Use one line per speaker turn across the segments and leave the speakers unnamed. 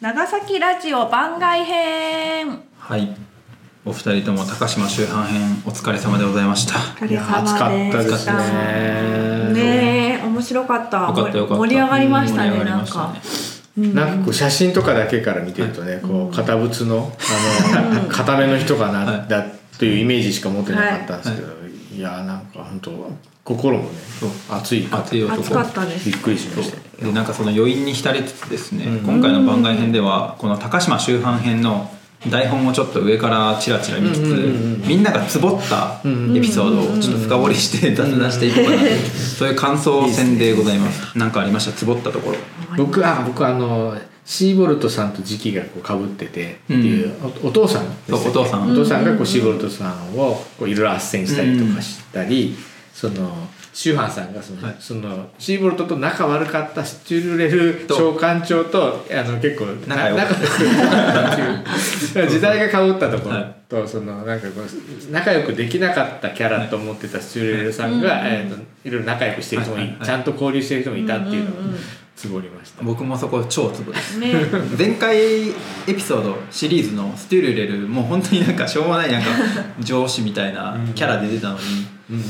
長崎ラジオ番外編
はい。お二人とも高島周辺編お疲れ様でございました。
お疲れ様でした
いや暑かったですね
ねえ面白かった
よかったよかった。
盛り上がりましたね
盛り上がり
な
ま
ん
し
か
ね、
なんかこう写真とかだけから見てるとね、こう堅物のあの固めの人かな、
はい
だというイメージしか持ってなかったんですけど、いやなんか本当心もね
そう
熱い方
熱い男
暑かったです
びっくりしま
そう
した
でなんかその余韻に浸れつつですね、今回の番外編ではこの高島周辺編の台本をちょっと上からチラチラ見つつ、
うんうんうん
みんながつぼったエピソードをちょっと深掘りして出していこうかなというそういう感想戦でございますなんかありましたつぼったところ
僕は僕はあのシーボルトさんと時期がこう被っててっていう、おお父さんですね
そうお父さん
お父さんがこうシーボルトさんをこういろいろ斡旋したりとかしたり、そのシューハンさんがその,、
はい
そのシーボルトと仲悪かったシュチュルレル
と
長官長とあの結構
仲良か
な
っ
仲良くなっ ていう時代が被ったとこ
は
ろ
い
と、そのなんかこう仲良くできなかったキャラと思ってたシュチュルレルさんが、いえーといろいろ仲良くしてる人もい、
はいはいはい
ちゃんと交流してる人もいたっていうのがつぼりました。
僕もそこ超つぼです
ね
前回エピソードシリーズのステュルレルもう本当になんかしょうもないなんか上司みたいなキャラで出たのに、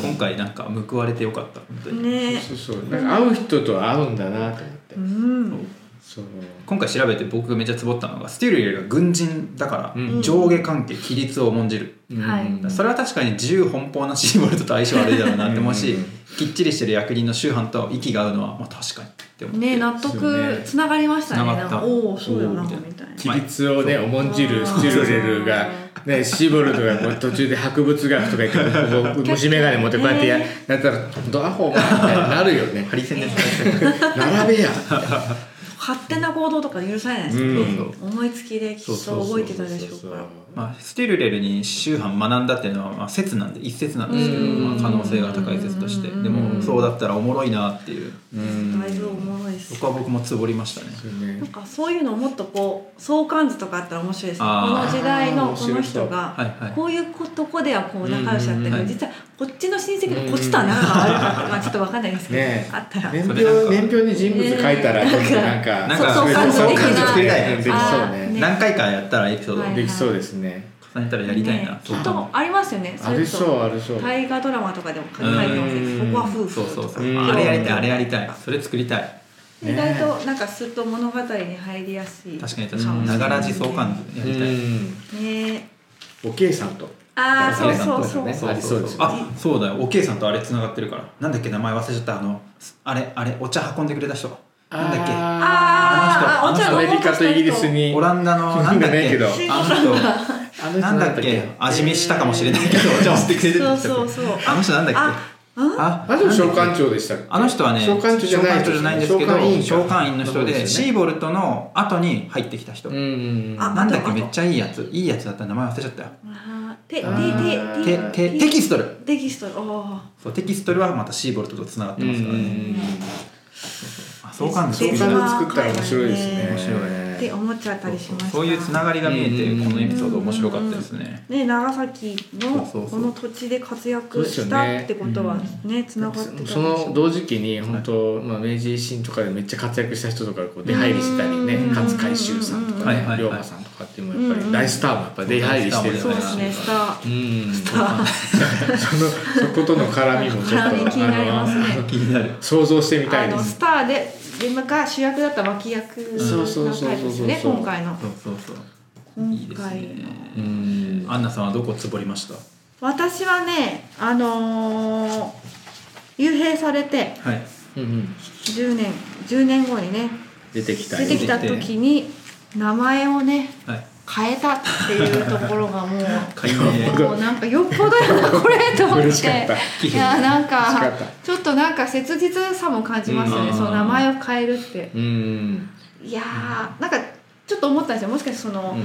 今回なんか報われてよかった本当に、
ね
そうそうなんか会う人と会うんだなと思って、
うん
その
今回調べて僕がめっちゃツボったのがステュルレルが軍人だから、
うん
上下関係規律を重んじる、
はい
うん
それは確かに自由奔放なシーボルトと相性悪いだろうなって思うし
うん
きっちりしてる役人の周藩と息が合うのはまあ確かにって思う
ね納得つながりましたね
つな
な
が
ん
った
かおおそうよな
お
み
ーみ
たいな
規律をね重んじるスチュルレルが、ね、シーボルトがこう途中で博物学とか 言ってこうこう虫眼鏡持ってこうやってややったら「どアホお前」みたいになるよね
ハリセンです
「並べや」みたいな
勝手な行動とか許されないですよ
うん
ね思いつきできっと動いてたでしょうから
まあ、ステルレルに宗派学んだっていうのはまあ説なんで一説なんですけど、まあ、可能性が高い説としてでもそうだったらおもろいなっていう
うん
だいぶおもろいです
僕は僕もつぼりましたね
そうね
なんかそういうのをもっとこう相関図とかあったら面白いですねこ
あー
の時代のこの
面白そう
人が
はいはい
こういうとこではこう仲良しだったけ
うんうんう
ど
ん
実はこっちの親戚のこっちとは仲が悪かったまあちょっとわかんないですけ
ね
どあったら
年
それなんか
表年表に人物書いたら
ね
ちょっとなんか
なんか
そう
相関図的な
相関図作りたいねできそう
あー
ね
ね
何回かやったらエピソード
はい
できそうですね
重ねたらやりたいな、
ねき
そう
っとありますよね
ありそうありそう
大河ドラマとかでも書いてありますけど
うん
ここは夫婦
そうそうそう
うん
あれやりたいあれやりたいそれ作りたい
意外となんかすると物語に入りやすい
確かに確かにながらじ相関図や
う
りたい、
ん
ね
おけいさんと
ああそう
計算
そうそう
とか
ね
そう
ありそうですよね
あそうだよおけいさんとあれつながってるからなんだっけ名前忘れちゃったあのあれあれお茶運んでくれた人なんだっけ
あーあ
あの人
お茶
ア
飲
メ
もう
リカ
した
と
人
イギリスに
オランダのなんだっ
なんだね
け
けど
あ
あ
の人なんだっけ味見したかもしれないけどお茶持ってくれて
そ
る
うそうそう
あの人なんだっけ
あ
あ
あの人召喚長でしたっけ
あの人はね
召喚長じゃな
召
い
喚長じゃないんですけど
召喚委員か
召喚員の人でシー
ー
ボルトの後に入ってきた人
うんうん
あ
なんだっけめっちゃいいやついいやつだった名前忘れちゃったよ
あーて
あー
てて
テ
て
テテキストル
テキストお
そうテキストルはまたシーボルトとつながって
うんう
ますからね
ん
あ相関図
召
で
喚長作ったら面白いですね
面白い
ーって思っちゃったりしました
そういうつながりが見え
うん
てこのエピソード面白かったですね
ね長崎の
そうそうそう
この土地で活躍したってことはねつながってたんでし
そ
ょう
の同時期に本当、まあ、明治維新とかでめっちゃ活躍した人とかこう出入りしてたりね
うん
勝海舟さんとか
はいはいは
ね
い
龍馬さんとかっていうのもやっぱり大スターもやっぱ出入りしてる
そうですねスター
うんそのそことの絡みもちょっ
絡み気
と
になり ますね
あの
気になる
想像してみた
あ
いで
の
す
スターで現場が主役だった脇役
そ
の
うそうそうそうそう
タイプですね今回の
そうそうそういい
今
です
回
ね
うん
アンナさんはどこつぼりました
私はねあのー幽閉されて
はい
うんうん
10年10年後にね
出てきた
出てきた時に名前をね
はい
変えたっていうところがもう
解明
もうなんかよっぽどやなこれと思って
嬉しかった
いやなん
嬉しか
か
った
ちょっとなんか切実さも感じますよね、
うん
その名前を変えるって
うん
いやーなんかちょっと思ったんですよもしかしてその、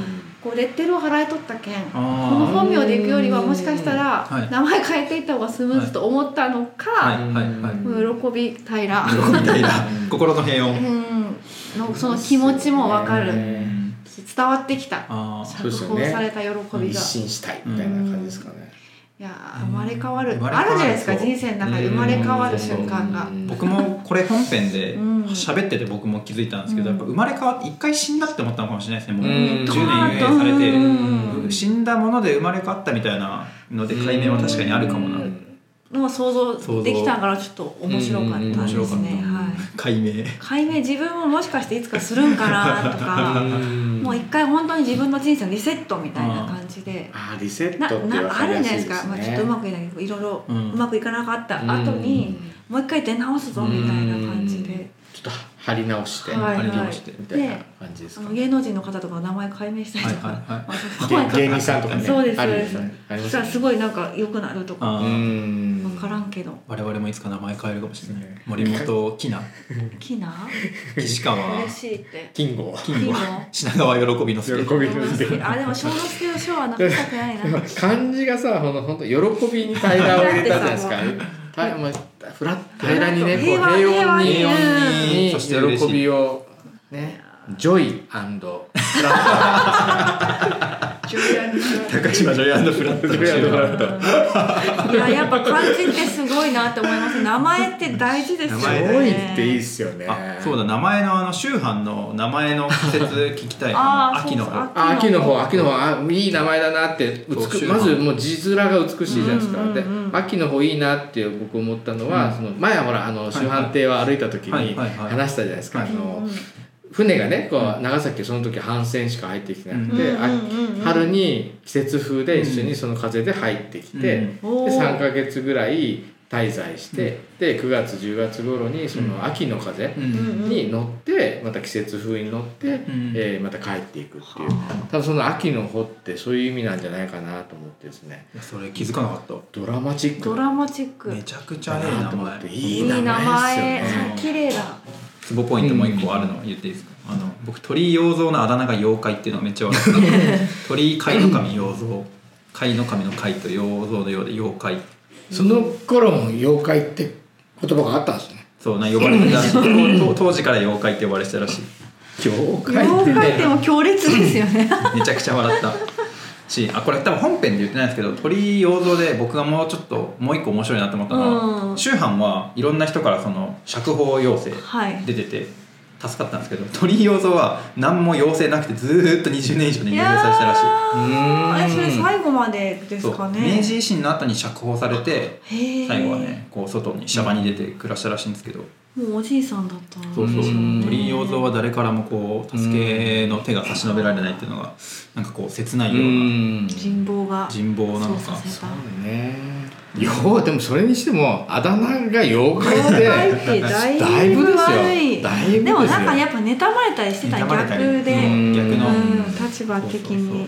こうレッテルを払い取ったけんこ
あー
の本名で行くよりはもしかしたら
はい
名前変えていった方がスムーズと思ったのか、
はいはいはい
うん
もう喜び平
喜びたいな 心の平
う
穏
んのその気持ちもわかる、
うん
伝わってきた
ああ
釈放された喜びが、
一新したいみたいな感じですかね。
いやー生まれ変わる
生まれ変わる
あるじゃないですか
そう
人生の中で生まれ変わる瞬間が
うん
僕もこれ本編で
うん
喋ってて僕も気づいたんですけど、
うん
やっぱ生まれ変わって一回死んだって思ったのかもしれないですねもう
うん
10年
ドーンとう
幽閉され
ん
て死んだもので生まれ変わったみたいなので解明は確かにあるかもな
うんのを想像できたからちょっと面白かった
うん面
で
白
す
かった
ね。はい。
解明
解明自分ももしかしていつかするんかなとかもう一回本当に自分の人生のリセットみたいな感じで
あーリセッ
な
トって分
な
か
あ
り
る
や
んじゃない
すい
で
ですす
か、まあ、ちょっ
ね
とうまくいかないけどいろいろう
うん
まくいかなかった後にもう一回出直すぞみたいな感じで
ちょっと張り直して
はい
あり
は
まして
い
みたいな
で
感じです
あ
か
の芸能人の方とか名前解明したりとか、
はいはいはい
まあ
芸芸人さんとかね
そうです
あ
そう
る
で
よ
す
ねあり
そし
ます
たら
よね
すごいなんか良くなるとか
あ
う
ー
ん
分からんけど
我々もいつか名前変えるかもしれない
ね
森本 きな
キナ
岸川
嬉しいって
金吾
金
金
吾
吾
品川喜びの助
喜びの助
あでも小之助の賞はなくしたくないな
漢字がさほんとほんと喜びに平らを入れたじゃないですか
だってさ
たまあフラット平らにねこう
平和
平穏に
平和に
うんそして
に
嬉しい
喜びをね ジョイフラッ
高島ジョイアンドフラット
ト
の
ジョイフラット
いややっぱ漢字ってすごいなって思います名前って大事ですよ
名
ね
前
ジョイっていいっすよね
あそうだ名前のあの宗藩の名前の仮説聞きたいな
あー
秋の
そうそう
方
あ秋の方秋の方あいい名前だなって美
そう
し
週
ま
刊
ずもう字面が美しいじゃないですか、
うんうんうん
で秋の方いいなって僕思ったのは、
うん
その前はほらあの周藩邸を歩いた時
はい
に
はいはい
話したじゃないですか、
はい
あの
うんうん
船がねこう長崎その時帆船しか入ってきてなくて、
うん
あ
うんうん
春に季節風で一緒にその風で入ってきて、
うん
おー
で3ヶ月ぐらい滞在して、で9月10月頃にその秋の風、
う
うん
ん
うん
に乗ってまた季節風に乗って、
ん
えーまた帰っていくっていう多分その秋の穂ってそういう意味なんじゃないかなと思ってですね
それ気づかなかっ
ドラマチック
ド
な
ラマチック
ためちゃくちゃええ名前
い
い
い
い
名
名
前
前
ですよね
そう綺麗だ
ツボポイントもう一個あるの言っていいですか、あの僕鳥居洋蔵のあだ名が妖怪っていうのがめっちゃ 笑った鳥居貝の神洋蔵貝の神の貝と洋蔵のようで妖怪
その頃も妖怪って言葉があったんですね
そうな呼ばれてたらしい 当当時から妖怪って呼ばれてたらしい
妖怪っ
妖
て
怪って
ね
も強烈ですよね
めちゃくちゃ笑ったしあこれ多分本編で言ってないんですけど鳥居洋蔵で僕がもうちょっともう一個面白いなと思ったの
う
は
ん
周藩はいろんな人からその釈放要請
はい
出てて助かったんですけど鳥居洋蔵は何も要請なくてずーっと20年以上で
い
入
や
院されてたらしい。
ー
うん
えそれ最後までです
そう
かね
明治維新の後に釈放されて
へー
最後はねこう外にシャバに出て暮らしたらしいんですけど、
もうおじいさんだったんでし
そ
ょ
うそう
ね
鳥居洋蔵は誰からもこう助けの手が差し伸べられないっていうのがなんかこう切な
う
いようなん
人望が
人望なの
操
か
作さ
ねようでもそれにしてもあだ名が妖
れた
怪って
妖怪って
だ
だ
い
い
ぶ
ぶ
ですよ
悪い
だいぶですよ
もなんかやっぱ妬まれたりしてた
妬まれたり
逆で
うん逆の
うん立場的に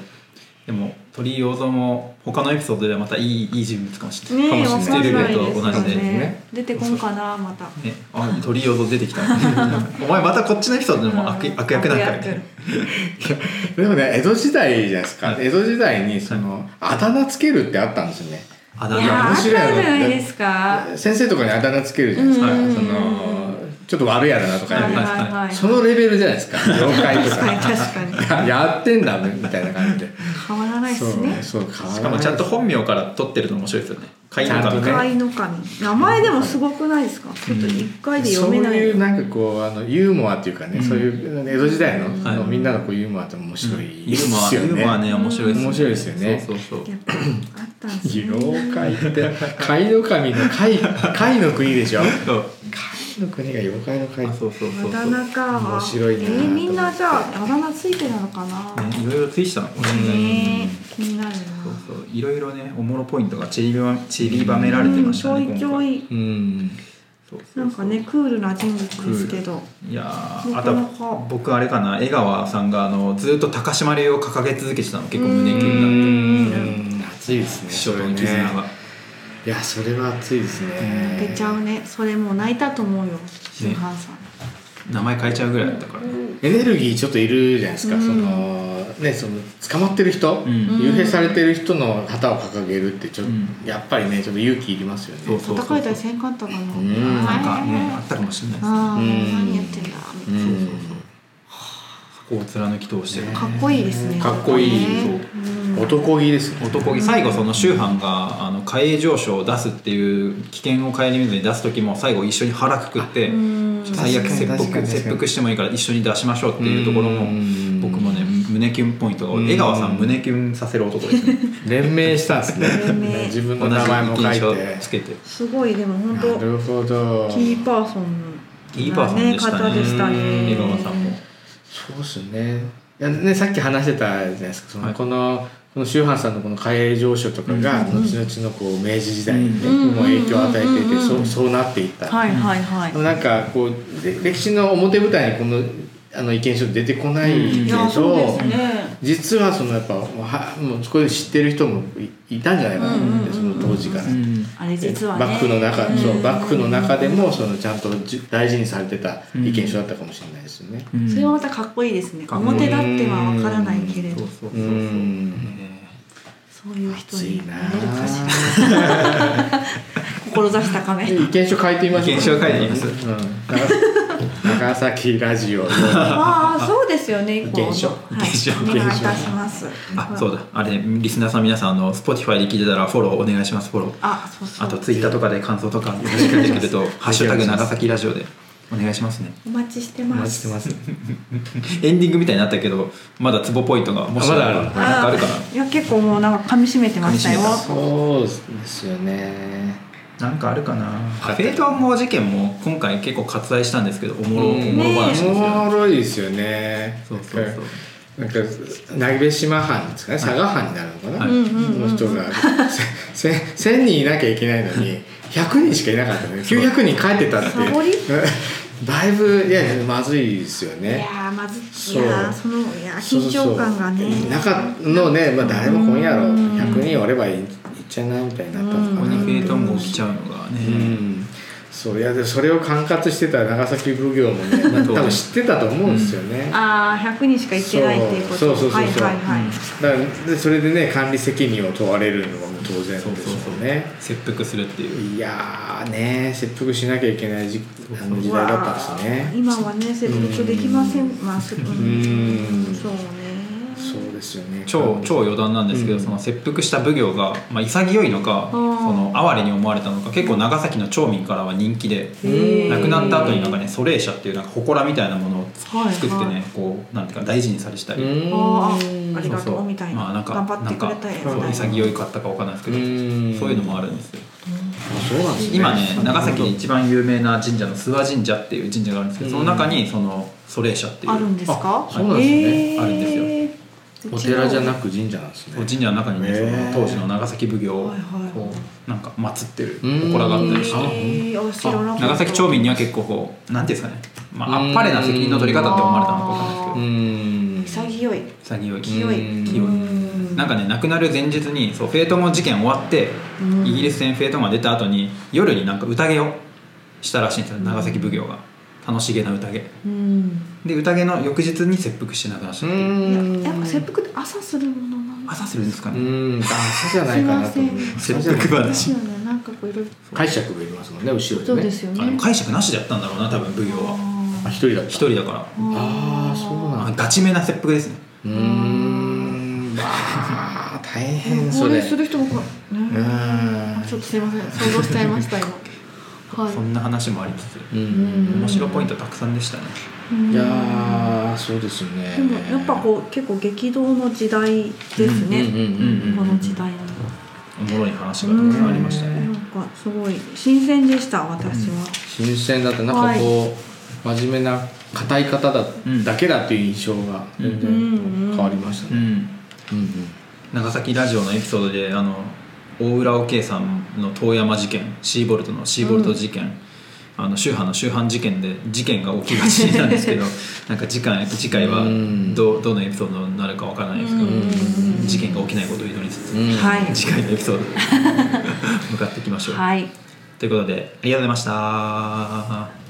でも鳥居洋蔵も他のエピソードではまたいいいい人物かもしれない、
ねえ
か
面
もし
白
れ
い
ない
です
と同
よ
じで。
ね出てこんかなまた
ね、あ鳥居洋蔵出 てきたお前またこっちのエピソードでも悪,、悪役だからね
でもね江戸時代じゃないですか江戸時代にそのあだ名つけるってあったんですよね
あ
い
だ
やー
名
あ
面
った
白い
じゃないですか
先生とかにあだ名つけるじゃないですか、
うん
そのちょっと悪いやろなとか、
はいはいはい
そのレベルじゃないですか妖怪と
確かに
か
確かに
やってんだみたいな感じで
変わらないですね
そうそう変わらない
しかもちゃんと本名から取ってるの面白いですよね貝の
ちゃんと
神
ね
か
貝の神名前でもすごくないですかちょっと一回で
そ
読
う
めない
いうなんかこうあのユーモアっていうかね、そういう江戸時代の,、
い
みんなのこうユーモアって面白い
ユ
で
ーモア、
すよ
ユ
ね。
ーモアね面白いですね。
面白いですよね
そうそうそう。
やっぱあったん ですね
妖怪って貝の神の貝貝の国でしょ
そう
貝の国が妖怪の貝
あそうそうそうそう。
あだ名か
面白いな
えーみんなじゃああだ名ついてたのかな
ねいろいろついてたのかもしれない。
ね気になるな
そうそういろいろねおもろポイントがちりばちりばめられてましたね
うん
今
ちょ
回
いちょい
うん
そうそうそう
なんかねクールな人物ですけど
いやー
な
あ
か
と
なか
僕あれかな江川さんがあのずっと高島流を掲げ続けてたの結構胸キュ
う
ンになって
ん暑いですね
師匠との絆が、
いやそれは熱いですね
泣けちゃうねそれもう泣いたと思うよシンハンさん
名前変えちゃうぐらいだったからね、
エネルギーちょっといるじゃないですか、
うん
そのねその捕まってる人、
ん
幽閉されてる人の旗を掲げるってちょっと、
うん
やっぱりねちょっと勇気いりますよね
そうそうそう
叩かれたりせんかったかな
うん
なんかねあったかもしれないですね
ああ
うん
何やってんだみたいな
うん
そうそうそうそこう貫き通してる、
かっこいいですね
かっこいい
ねうん
男気ですね
男気最後その周藩があの海栄上昇を出すっていう危険を顧みずに出す時も最後一緒に腹くくって
うん
ちょっと最悪
確
切
かに確か
腹
に
切腹してもいいから一緒に出しましょうっていうところも
うん
僕もね胸キュンポイントが多
うん
い江川さん胸キュンさせる男ですね
連名したんですね
連名
自分
同
の
じ
名前も書い
印
て
象つけて
すごいでも本
な
当
るほど
キーパーソン
キーパーさんでした
な
ね
方でしたね
江川さんも
そうですねいやねさっき話してたじゃないですかその、
はい
このこの周藩さんのこの海栄上昇とかが後
うん
々のこう明治時代にね、
うん
もう影響を与えていて、
うん
そうそうなっていった、
はいはいはい
でもなんかこうれ歴史の表舞台にこのあの意見書出てこない
うん
け
い
ど、
やそうですね
実はそのやっぱもうはもうそこで知ってる人もいいたんじゃないかなと思って、
うんうんうん
その当時から。
うん
あれ実はね
幕府の中、
ん
そう幕府の中でもそのちゃんとじ大事にされてた意見書だったかもしれないですよね。
うん
それは
そ
ま
う
たかっこいいですね
かっこいい
表立ってはわからないけれ
そ
ど
うそう
う
そ
ん
う
そういう人
熱い
に
な
な
あ
れるか しら志高め
意見書書いてみましょう
意見書書いてみます
うん長長崎ラジオ
ああそうですよね一個
原書
はい
原書
お願いいたします
あそうだあれリスナーさん皆さんあの Spotify で聞いてたらフォローお願いしますフォロー
あそうそう
あとツイッターとかで感想とかよろしくできると「ハッシュタグ長崎ラジオ」でお願いしますね
お待ちして
お
ま
待ちし
す
てます
エンディングみたいになったけどまだツボポイントがもし
あまだある
なんかあるか
いや結構もうなんか噛み締めてましたよ
噛み締めた
そうですよね
ななんかあるかなフェイト暗号事件も今回結構割愛したんですけどおもろお
うん
もろ話ですよ
お
ね
もろいですよね
そうそうそう
なんか鍋島藩ですかね佐賀藩になるのか
は
な、
い
うんうんうん
の人がせせ1000人いなきゃいけないのに100人しかいなかったね900人帰ってたって
サボり
だいぶいやまずいですよ
い
ね
やーまずい
そう
やーそのいやー
そう
緊
そうそ
張
う
感がね
中のね、まあ、誰も来んやろ
うん
100人おればいいいっちゃいないみたいになったの
こ
か
こ
な
にフェイト暗号
う
来ちゃうのがね
んそういやでもそれを管轄してた長崎奉行もね、まあ、多分知ってたと思うんですよね、
ああ100人しか行けないっていうこと
そうそうそうそう
はいはいはい、
だからでそれでね管理責任を問われるのはもう当然ですよ
そうそうそう
ね
切腹するっていう
いやーね切腹しなきゃいけない時あの時代だったんですね
今はね切腹できませんまあ切腹
ん
そうね
そうですよね
超超余談なんですけど、
うん
その切腹した奉行が、まあ、潔いのかその哀れに思われたのか結構長崎の町民からは人気
へ
で
ー
亡くなった後になんかね祖霊社っていうなんか祠みたいなものを
はいはい
作ってねこうなんていうか大事にされてた
う
り、
ーん
あーあり
そう
が
そ
と
う
うみたい
まあ
な,、
なんか
頑張ってくれたやつ
なんかそう潔かったかわからないですけど
うん
そういうのもあるんですよ
あそうなんですね
今ね長崎で一番有名な神社の諏訪神社っていう神社があるんですけどその中にその祖霊社っていう
あるんですか
あそうなんですね
へー
あるんですよ
お寺じゃな
う
く神社なんですね
そう神社の中にねそ
へー
の当時の長崎奉行を
はいはい
こうなんか祀ってる
うん
祠があ
ち
った
の
りして
へーあ知らなかった
長崎町民には結構こうなんていうんですかねまああっぱれな責任の取り方って思われたのかわかんないですけど
うーん
潔い
潔い
清い
うん
清い
うん
なんかね亡くなる前日にそうフェイトモン事件終わって
うん
イギリス戦フェイトモンが出た後に夜になんか宴をしたらしいんですよ長崎奉行が楽しげな宴
うん
で宴の翌日に切腹して亡くなっ
う
たっていう
ーん
やっぱ切腹って朝するものなんです
朝するんですか
う
ね
ーんあそうじゃないかなと思う
切腹話
よねなんかこういろいろ
解釈がいりますもんね後ろで
そ
ね
うですよ
あで
ね
も解釈なしでやったんだろうな多分奉行は
あ一人だった
一人だから
ああそうなんだ
あガチめな切腹ですね
うーんまあ大変
高
それ
齢する人もこう
う
ね
ーん
あちょっとすいません想像しちゃいました今はい
そんな話もありつつ
うん
面白ポイントたくさんでしたね
うん
いやーそうですね
でもやっぱこう結構激動の時代です
うんうん
ね
うんうん
この時代の
おもろい話がたくさんありました
う
ね
んなんかすごい新鮮でした私は
新鮮だったなんかこう、真面目な硬い方だ,、
うん
だけだっていう印象が全然
うん
変わりまし
う
たね、
ん
うんうん
長崎ラジオのエピソードであの大浦おけいさんの遠山事件シーボルトのシーボルト事件、あの宗派の宗派事件で事件が起きがちなんです けどなんか次回次回は
うん
どどのエピソードになるかわからないですけど事件が起きないことを祈りつつ、
うん
はい
次回のエピソード向かっていきましょう、
はい
ということでありがとうございました。